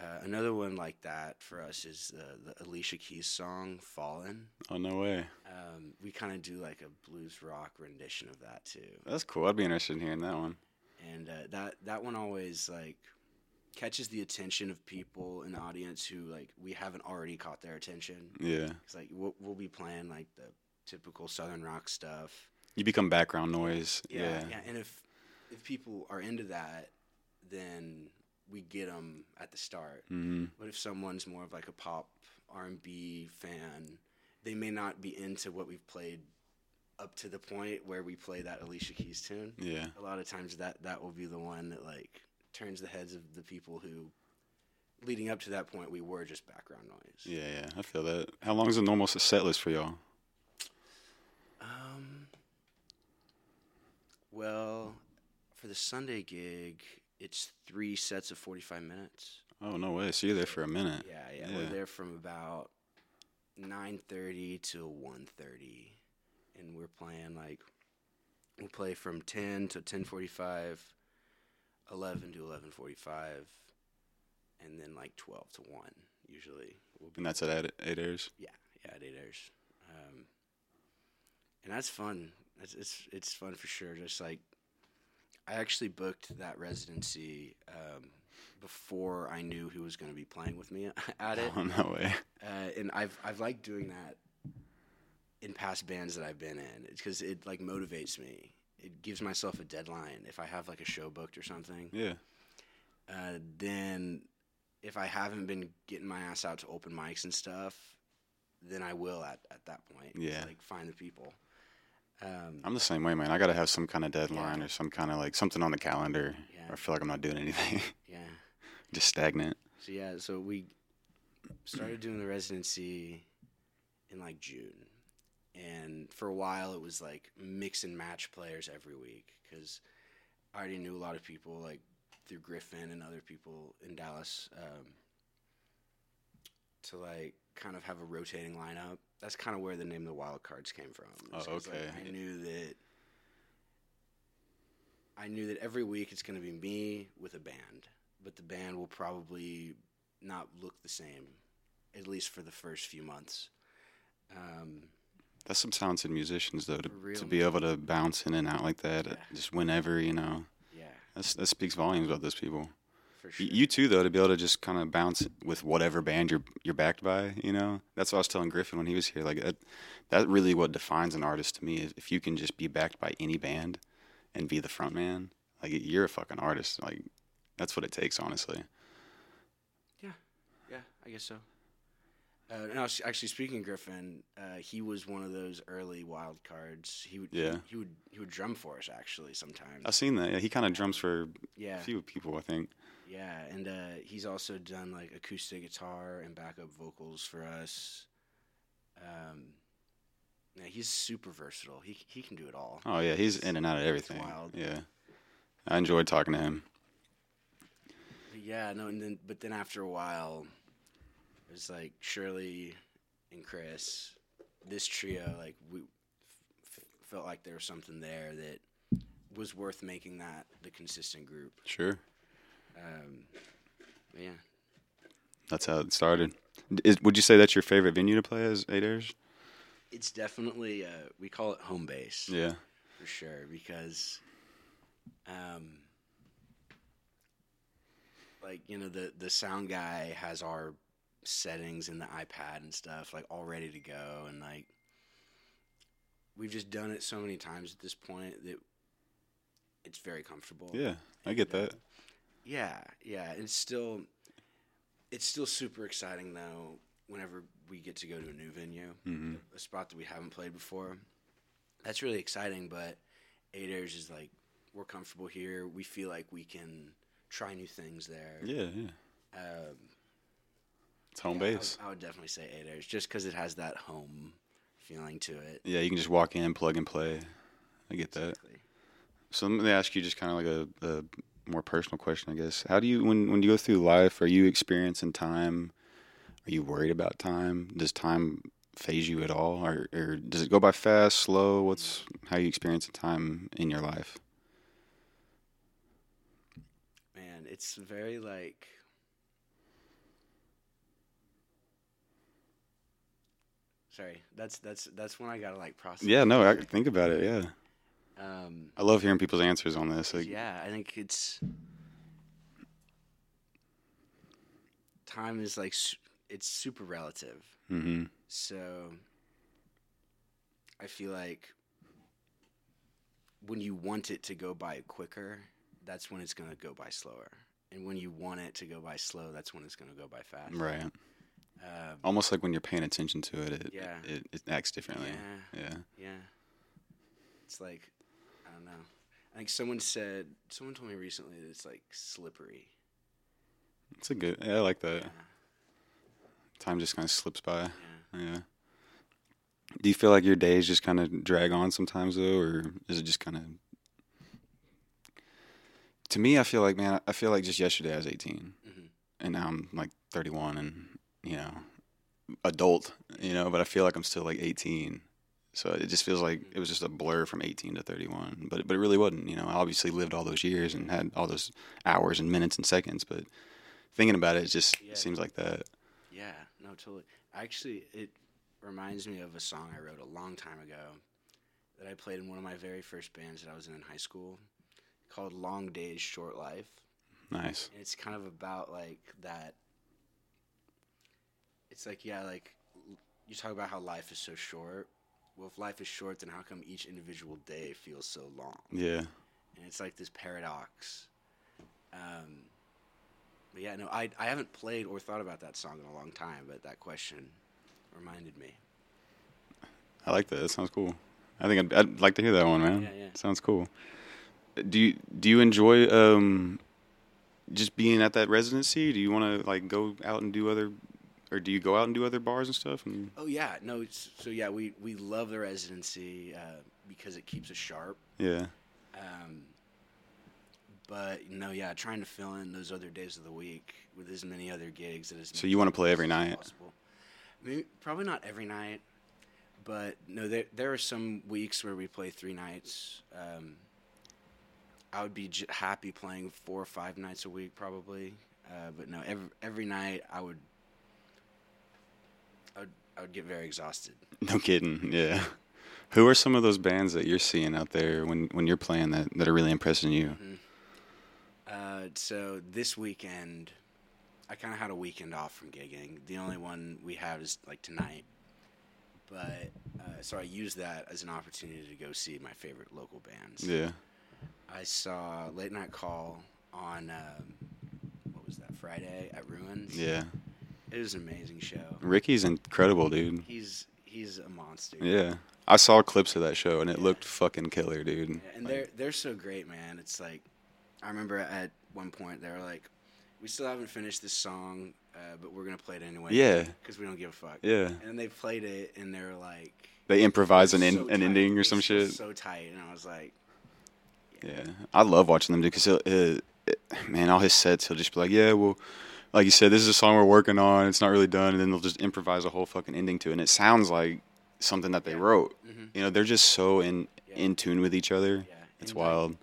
Speaker 4: Uh, another one like that for us is uh, the Alicia Keys song "Fallen."
Speaker 3: Oh no way.
Speaker 4: Um, we kind of do like a blues rock rendition of that too,
Speaker 3: That's cool. I'd be interested in hearing that one.
Speaker 4: and uh, that that one always like catches the attention of people in the audience who like we haven't already caught their attention.
Speaker 3: Yeah.
Speaker 4: It's like we'll, we'll be playing like the typical southern rock stuff.
Speaker 3: You become background noise. Yeah.
Speaker 4: yeah, and if if people are into that, then we get them at the start.
Speaker 3: Mhm.
Speaker 4: But if someone's more of like a pop R and B fan, they may not be into what we've played up to the point where we play that Alicia Keys tune.
Speaker 3: Yeah.
Speaker 4: A lot of times that that will be the one that like turns the heads of the people who, leading up to that point, we were just background noise.
Speaker 3: Yeah, yeah. I feel that. How long is a normal s- set list for y'all?
Speaker 4: Um. Well, for the Sunday gig, it's three sets of forty-five minutes.
Speaker 3: Oh no way. So you're there for a minute.
Speaker 4: Yeah, yeah, we're
Speaker 3: Yeah.
Speaker 4: there from about nine thirty till one thirty, and we're playing like we'll play from ten to ten forty-five, eleven to eleven forty-five, and then like twelve to one usually. We'll be
Speaker 3: And that's at eight, eight airs.
Speaker 4: yeah, yeah, it airs. Um, and that's fun. It's, it's it's fun for sure. Just like I actually booked that residency um, before I knew who was going to be playing with me at it.
Speaker 3: Oh, no way.
Speaker 4: uh, and I've I've liked doing that in past bands that I've been in because it like motivates me. It gives myself a deadline if I have like a show booked or something.
Speaker 3: Yeah.
Speaker 4: Uh, then if I haven't been getting my ass out to open mics and stuff, then I will at, at that point.
Speaker 3: Yeah.
Speaker 4: like find the people. Um,
Speaker 3: I'm the same way, man. I gotta have some kind of deadline or some kind of like something on the calendar.
Speaker 4: Yeah.
Speaker 3: I feel like I'm not doing anything,
Speaker 4: yeah.
Speaker 3: just stagnant.
Speaker 4: So yeah, so we started doing the residency in like June, and for a while it was like mix and match players every week because I already knew a lot of people like through Griffin and other people in Dallas um, to like kind of have a rotating lineup. That's kind of where the name of the wild cards came from.
Speaker 3: Oh,
Speaker 4: 'cause, like,
Speaker 3: okay.
Speaker 4: I knew that. I knew that every week it's going to be me with a band, but the band will probably not look the same, at least for the first few months. Um,
Speaker 3: That's some talented musicians though to,
Speaker 4: Real
Speaker 3: to be able to bounce in and out like that,
Speaker 4: Yeah.
Speaker 3: just whenever you know.
Speaker 4: yeah,
Speaker 3: That's, that speaks volumes about those people.
Speaker 4: for
Speaker 3: Y-
Speaker 4: sure.
Speaker 3: You too, though, to be able to just kind of bounce with whatever band you're you're backed by, you know. That's what I was telling Griffin when he was here. Like that, that really what defines an artist to me is if you can just be backed by any band, and be the front man. Like you're a fucking artist. Like that's what it takes, honestly.
Speaker 4: Yeah, yeah, I guess so. Uh, and I was actually speaking of Griffin, uh, he was one of those early wild cards. He would,
Speaker 3: Yeah.
Speaker 4: he, would, he would drum for us actually sometimes.
Speaker 3: I've seen that. Yeah, he kind of drums for
Speaker 4: yeah,
Speaker 3: a few people, I think.
Speaker 4: yeah, and uh, he's also done like acoustic guitar and backup vocals for us. Um, yeah, he's super versatile. He he can do it all.
Speaker 3: Oh yeah, he's in and out of everything.
Speaker 4: wild.
Speaker 3: Yeah, I enjoyed talking to him.
Speaker 4: But Yeah, no, and then but then after a while, it was like Shirley and Chris, this trio, like we f- f- felt like there was something there that was worth making that the consistent group.
Speaker 3: Sure,
Speaker 4: Um, but yeah,
Speaker 3: that's how it started. Is, would you say that's your favorite venue to play as Eight Airs?
Speaker 4: it's definitely uh, we call it home base
Speaker 3: Yeah,
Speaker 4: for sure because, um, like you know the the sound guy has our settings in the iPad and stuff like all ready to go and like we've just done it so many times at this point that it's very comfortable.
Speaker 3: yeah, I get that.
Speaker 4: Yeah, yeah. It's still it's still super exciting though whenever we get to go to a new venue,
Speaker 3: Mm-hmm.
Speaker 4: a spot that we haven't played before. That's really exciting, but Eight Airs is like we're comfortable here. We feel like we can try new things there.
Speaker 3: Yeah, yeah.
Speaker 4: Um,
Speaker 3: It's home
Speaker 4: yeah, I would-
Speaker 3: base.
Speaker 4: I would, definitely say Eight Airs just cuz it has that home feeling to it.
Speaker 3: Yeah, you can just walk in, plug and play. I get that.
Speaker 4: Exactly.
Speaker 3: So let me ask you just kind of like a, a more personal question, I guess. How do you when when you go through life? Are you experiencing time? Are you worried about time? Does time phase you at all, or, or does it go by fast, slow? What's how you experiencing time in your life?
Speaker 4: Man, it's very like Sorry, that's that's that's when I gotta like process.
Speaker 3: Yeah, no, I think about it. Yeah,
Speaker 4: Um,
Speaker 3: I love hearing people's answers on this. Like,
Speaker 4: yeah, I think it's time is like su- it's super relative.
Speaker 3: hmm
Speaker 4: So I feel like when you want it to go by quicker, that's when it's going to go by slower. And when you want it to go by slow, that's when it's going to go by fast.
Speaker 3: right.
Speaker 4: Um,
Speaker 3: Almost like when you're paying attention to it, it
Speaker 4: Yeah.
Speaker 3: it, it acts differently.
Speaker 4: Yeah.
Speaker 3: yeah.
Speaker 4: Yeah. It's like I don't know. I think someone said someone told me recently that it's like slippery.
Speaker 3: it's a good. Yeah, I like that.
Speaker 4: Yeah.
Speaker 3: Time just kind of slips by.
Speaker 4: Yeah.
Speaker 3: Yeah. Do you feel like your days just kind of drag on sometimes though, or is it just kind of? To me, I feel like man, I feel like just yesterday I was 18
Speaker 4: Mhm.
Speaker 3: and now I'm like thirty-one, and you know, adult, you know, but I feel like I'm still like eighteen. So it just feels like
Speaker 4: Mm-hmm.
Speaker 3: it was just a blur from eighteen to thirty-one, but but it really wasn't. You know, I obviously lived all those years and had all those hours and minutes and seconds, but thinking about it, it just
Speaker 4: Yeah.
Speaker 3: seems like that.
Speaker 4: Yeah, no, totally. Actually, it reminds me of a song I wrote a long time ago that I played in one of my very first bands that I was in in high school called Long Days Short Life.
Speaker 3: Nice.
Speaker 4: and it's kind of about like that it's like yeah like l- you talk about how life is so short well if life is short then how come each individual day feels so long
Speaker 3: Yeah.
Speaker 4: and it's like this paradox um but yeah no i i haven't played or thought about that song in a long time but that question reminded me
Speaker 3: I like that. That sounds cool. I think I'd, I'd like to hear that one, man.
Speaker 4: Yeah, yeah.
Speaker 3: Sounds cool. Do you do you enjoy um, just being at that residency? Do you want to like go out and do other, or do you go out and do other bars and stuff? And
Speaker 4: oh yeah no it's, so yeah we we love the residency uh because it keeps us sharp
Speaker 3: yeah,
Speaker 4: Um, but no, yeah, trying to fill in those other days of the week with as many other gigs and as
Speaker 3: So
Speaker 4: many
Speaker 3: you wanna play
Speaker 4: places
Speaker 3: every
Speaker 4: as
Speaker 3: night?
Speaker 4: Possible. Maybe probably not every night, but no, there there are some weeks where we play three nights. Um, I would be j- happy playing four or five nights a week probably, uh, but no, every every night I would. I would, I would get very exhausted.
Speaker 3: no kidding. Yeah. Who are some of those bands that you're seeing out there when, when you're playing that, that are really impressing you?
Speaker 4: Mm-hmm. Uh, so this weekend, I kind of had a weekend off from gigging. The only one we have is like tonight, but uh, so I used that as an opportunity to go see my favorite local bands.
Speaker 3: Yeah.
Speaker 4: I saw Late Night Call on um, what was that Friday at Ruins.
Speaker 3: Yeah.
Speaker 4: it was an amazing show.
Speaker 3: Ricky's incredible, dude.
Speaker 4: He's he's a monster.
Speaker 3: Yeah. I saw clips of that show and it looked fucking killer, dude.
Speaker 4: Yeah, and they're they're so great, man. It's like I remember at one point they were like, "We still haven't finished this song, uh, but we're gonna play it anyway."
Speaker 3: Yeah.
Speaker 4: because we don't give a fuck.
Speaker 3: Yeah.
Speaker 4: and then they played it, and they were like,
Speaker 3: They improvise an,
Speaker 4: "It's
Speaker 3: in,
Speaker 4: so
Speaker 3: an
Speaker 4: tight.
Speaker 3: ending or
Speaker 4: It's
Speaker 3: some
Speaker 4: so-
Speaker 3: shit.
Speaker 4: So tight, and I was like,
Speaker 3: Yeah, I love watching them do because uh, man, all his sets he'll just be like, yeah, well, like you said, this is a song we're working on. It's not really done, and then they'll just improvise a whole fucking ending to it, and it sounds like something that they wrote. You know, they're just so in in tune with each other.
Speaker 4: Mm-hmm. Yeah,
Speaker 3: It's
Speaker 4: and, like,
Speaker 3: wild.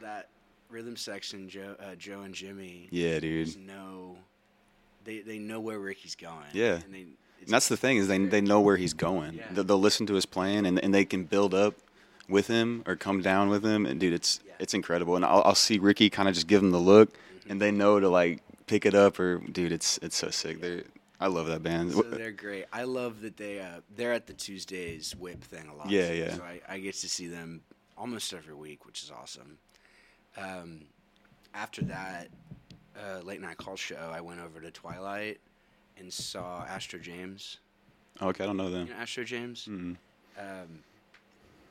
Speaker 4: that rhythm section, Joe, uh, Joe and Jimmy.
Speaker 3: yeah,
Speaker 4: just
Speaker 3: dude.
Speaker 4: know they they know where Ricky's going.
Speaker 3: Yeah.
Speaker 4: and they. It's,
Speaker 3: And that's the thing is they they know where he's going.
Speaker 4: Yeah.
Speaker 3: They'll, they'll listen to his plan, and and they can build up with him or come down with him. And dude, it's
Speaker 4: Yeah. Mm-hmm.
Speaker 3: it's incredible. And I'll, I'll see Ricky kind of just give him the look, and they know to like pick it up. Or dude, it's it's so sick. They're I love that band.
Speaker 4: So they're great. I love that they uh, they're at the Tuesdays whip thing a lot.
Speaker 3: Yeah, yeah.
Speaker 4: So I, I get to see them almost every week, which is awesome. Um, after that uh, late night call show, I went over to Twilight and saw Astro James.
Speaker 3: Oh, okay, I don't know them.
Speaker 4: You know Astro James?
Speaker 3: Mm-hmm.
Speaker 4: Um,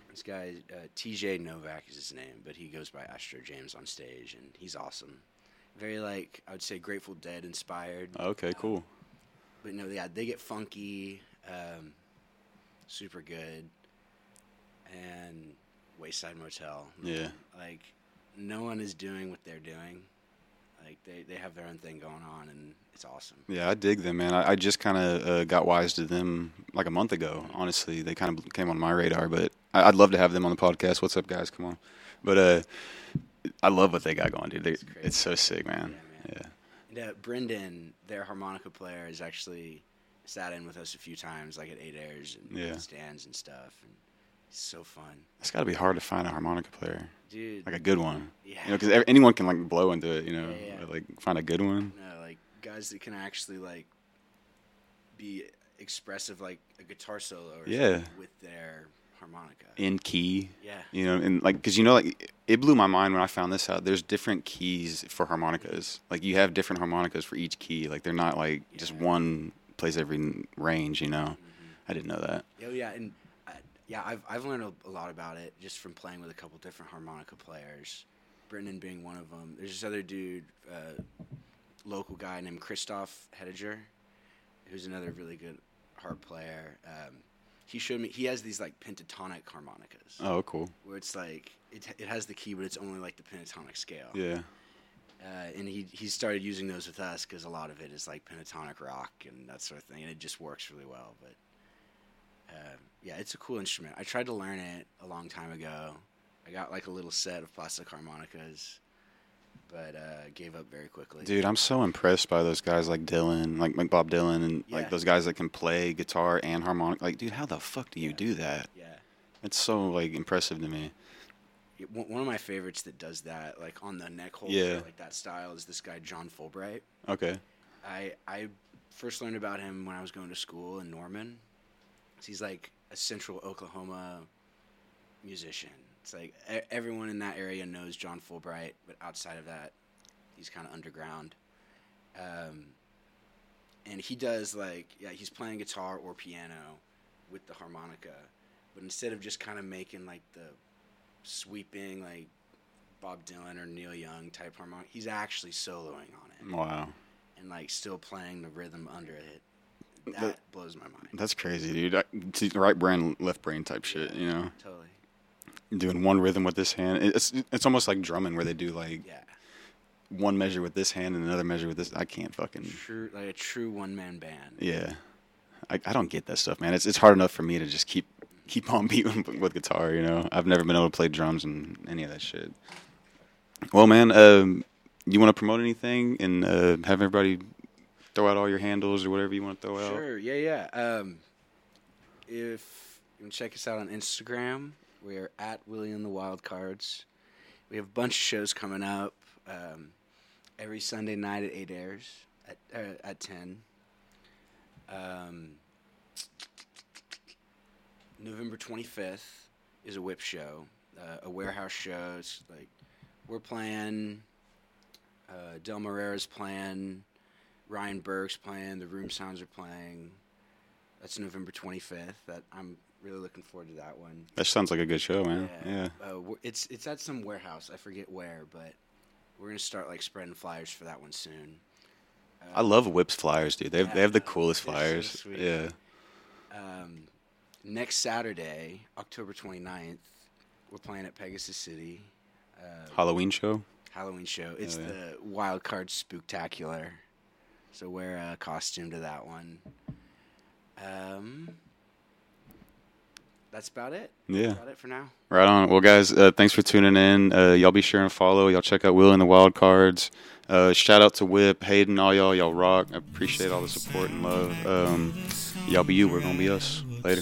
Speaker 4: this guy uh, TJ Novak is his name, but he goes by Astro James on stage, and he's awesome. Very like I would say Grateful Dead inspired.
Speaker 3: Okay, cool.
Speaker 4: But no, yeah, they get funky, um, super good, and Wayside Motel.
Speaker 3: Yeah.
Speaker 4: Like, no one is doing what they're doing. Like, they, they have their own thing going on, and it's awesome.
Speaker 3: Yeah, I dig them, man. I, I just kind of uh, got wise to them like a month ago. Honestly, they kind of came on my radar, but I, I'd love to have them on the podcast. What's up, guys? Come on. But uh, I love what they got going, dude. They, it's,
Speaker 4: crazy.
Speaker 3: so sick, man.
Speaker 4: Yeah,
Speaker 3: Yeah.
Speaker 4: And, uh, Brendan, their harmonica player, is actually sat in with us a few times, like at eight airs and
Speaker 3: Yeah.
Speaker 4: stands and stuff. And it's so fun,
Speaker 3: It's got to be hard to find a harmonica player,
Speaker 4: dude.
Speaker 3: like a good one.
Speaker 4: Yeah.
Speaker 3: You know, because anyone can like blow into it, you know,
Speaker 4: Yeah, yeah.
Speaker 3: but, like find a good one.
Speaker 4: No, uh, like guys that can actually like be expressive, like a guitar solo or
Speaker 3: Yeah.
Speaker 4: something with their harmonica.
Speaker 3: in key.
Speaker 4: Yeah.
Speaker 3: You know, and like, cause you know, like, it blew my mind when I found this out. There's different keys for harmonicas. Like, you have different harmonicas for each key. Like, they're not like just
Speaker 4: Yeah.
Speaker 3: one plays every n- range. You know, I didn't know that.
Speaker 4: Oh yeah, and uh, yeah, I've I've learned a, a lot about it just from playing with a couple different harmonica players. Brendan being one of them. There's this other dude, uh, local guy named Christoph Hediger, who's another really good harp player. Um, he showed me he has these like pentatonic harmonicas
Speaker 3: Oh, cool.
Speaker 4: where it's like it, it has the key, but it's only like the pentatonic scale.
Speaker 3: Yeah.
Speaker 4: Uh, and he he started using those with us because a lot of it is like pentatonic rock and that sort of thing, and it just works really well. But uh, yeah, it's a cool instrument. I tried to learn it a long time ago. I got like a little set of plastic harmonicas, but uh, gave up very quickly.
Speaker 3: Dude, I'm so impressed by those guys like Dylan, like, like Bob Dylan, and
Speaker 4: Yeah.
Speaker 3: like those guys that can play guitar and harmonica. Like, dude, how the fuck do you do that?
Speaker 4: Yeah,
Speaker 3: It's so like impressive to me.
Speaker 4: y- one one of my favorites that does that, like on the neck holder,
Speaker 3: Yeah.
Speaker 4: like that style, is this guy John Fulbright.
Speaker 3: Okay.
Speaker 4: I I first learned about him when I was going to school in Norman. So he's like a central Oklahoma musician. It's like e- everyone in that area knows John Fulbright, but outside of that, he's kind of underground. Um, and he does like yeah, he's playing guitar or piano with the harmonica, but instead of just kind of making like the sweeping like Bob Dylan or Neil Young type harmonic, he's actually soloing on it
Speaker 3: Wow.
Speaker 4: and like still playing the rhythm under it. That blows my mind.
Speaker 3: That's crazy, dude. I- it's Right brain, left brain type shit, you know?
Speaker 4: Totally.
Speaker 3: Doing one rhythm with this hand. It's it's almost like drumming where they do like
Speaker 4: Yeah.
Speaker 3: one measure with this hand and another measure with this. I can't fucking.
Speaker 4: True, like a true one man band.
Speaker 3: Yeah. I, I don't get that stuff, man. It's it's hard enough for me to just keep keep on beating with guitar, you know. I've never been able to play drums and any of that shit. Well, man, um, you want to promote anything and uh, have everybody throw out all your handles or whatever you want to throw out?
Speaker 4: Sure. Yeah, yeah. Um, if you can check us out on Instagram, we are at William the Wild Cards. We have a bunch of shows coming up. Um, every Sunday night at eight airs at uh, at ten. Um, November twenty fifth is a whip show, uh, a warehouse show. It's like we're playing. Uh, Del Marrera's playing. Ryan Burke's playing. The Room Sounds are playing. That's November 25th. That I'm really looking forward to that one.
Speaker 3: That sounds like a good show, man. Yeah.
Speaker 4: Uh, we're- it's it's at some warehouse. I forget where, but we're gonna start like spreading flyers for that one soon.
Speaker 3: I love Whips flyers, dude. They have, they have the coolest
Speaker 4: They're so
Speaker 3: flyers.
Speaker 4: sweet.
Speaker 3: Yeah.
Speaker 4: Um, next Saturday, October 29th, we're playing at Pegasus City
Speaker 3: Halloween show.
Speaker 4: Halloween show. It's
Speaker 3: Oh, yeah.
Speaker 4: the Wild Card Spooktacular. So wear a costume to that one. Um, that's about it.
Speaker 3: Yeah.
Speaker 4: That's about it for now.
Speaker 3: Right on. Well, guys, uh, thanks for tuning in. Uh, y'all be sure and follow. Y'all check out Will and the Wild Cards. Uh, shout out to Whip, Hayden, all y'all. Y'all rock. I appreciate all the support and love. Um, y'all be you. We're going to be us. Later.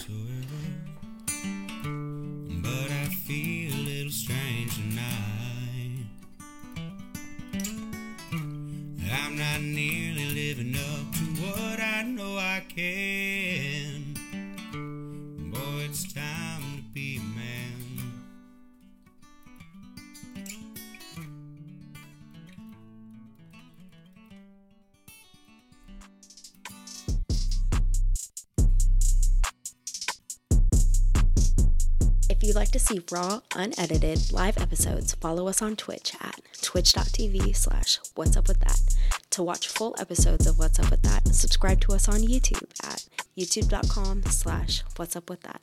Speaker 1: But I feel a little strange tonight. I'm not nearly living up to what I know I can. Boy, it's time to be a man.
Speaker 8: If you'd like to see raw, unedited, live episodes, follow us on Twitch at twitch.tv slash what's up with that. To watch full episodes of What's Up With That, subscribe to us on YouTube at youtube.com slash what's up with that.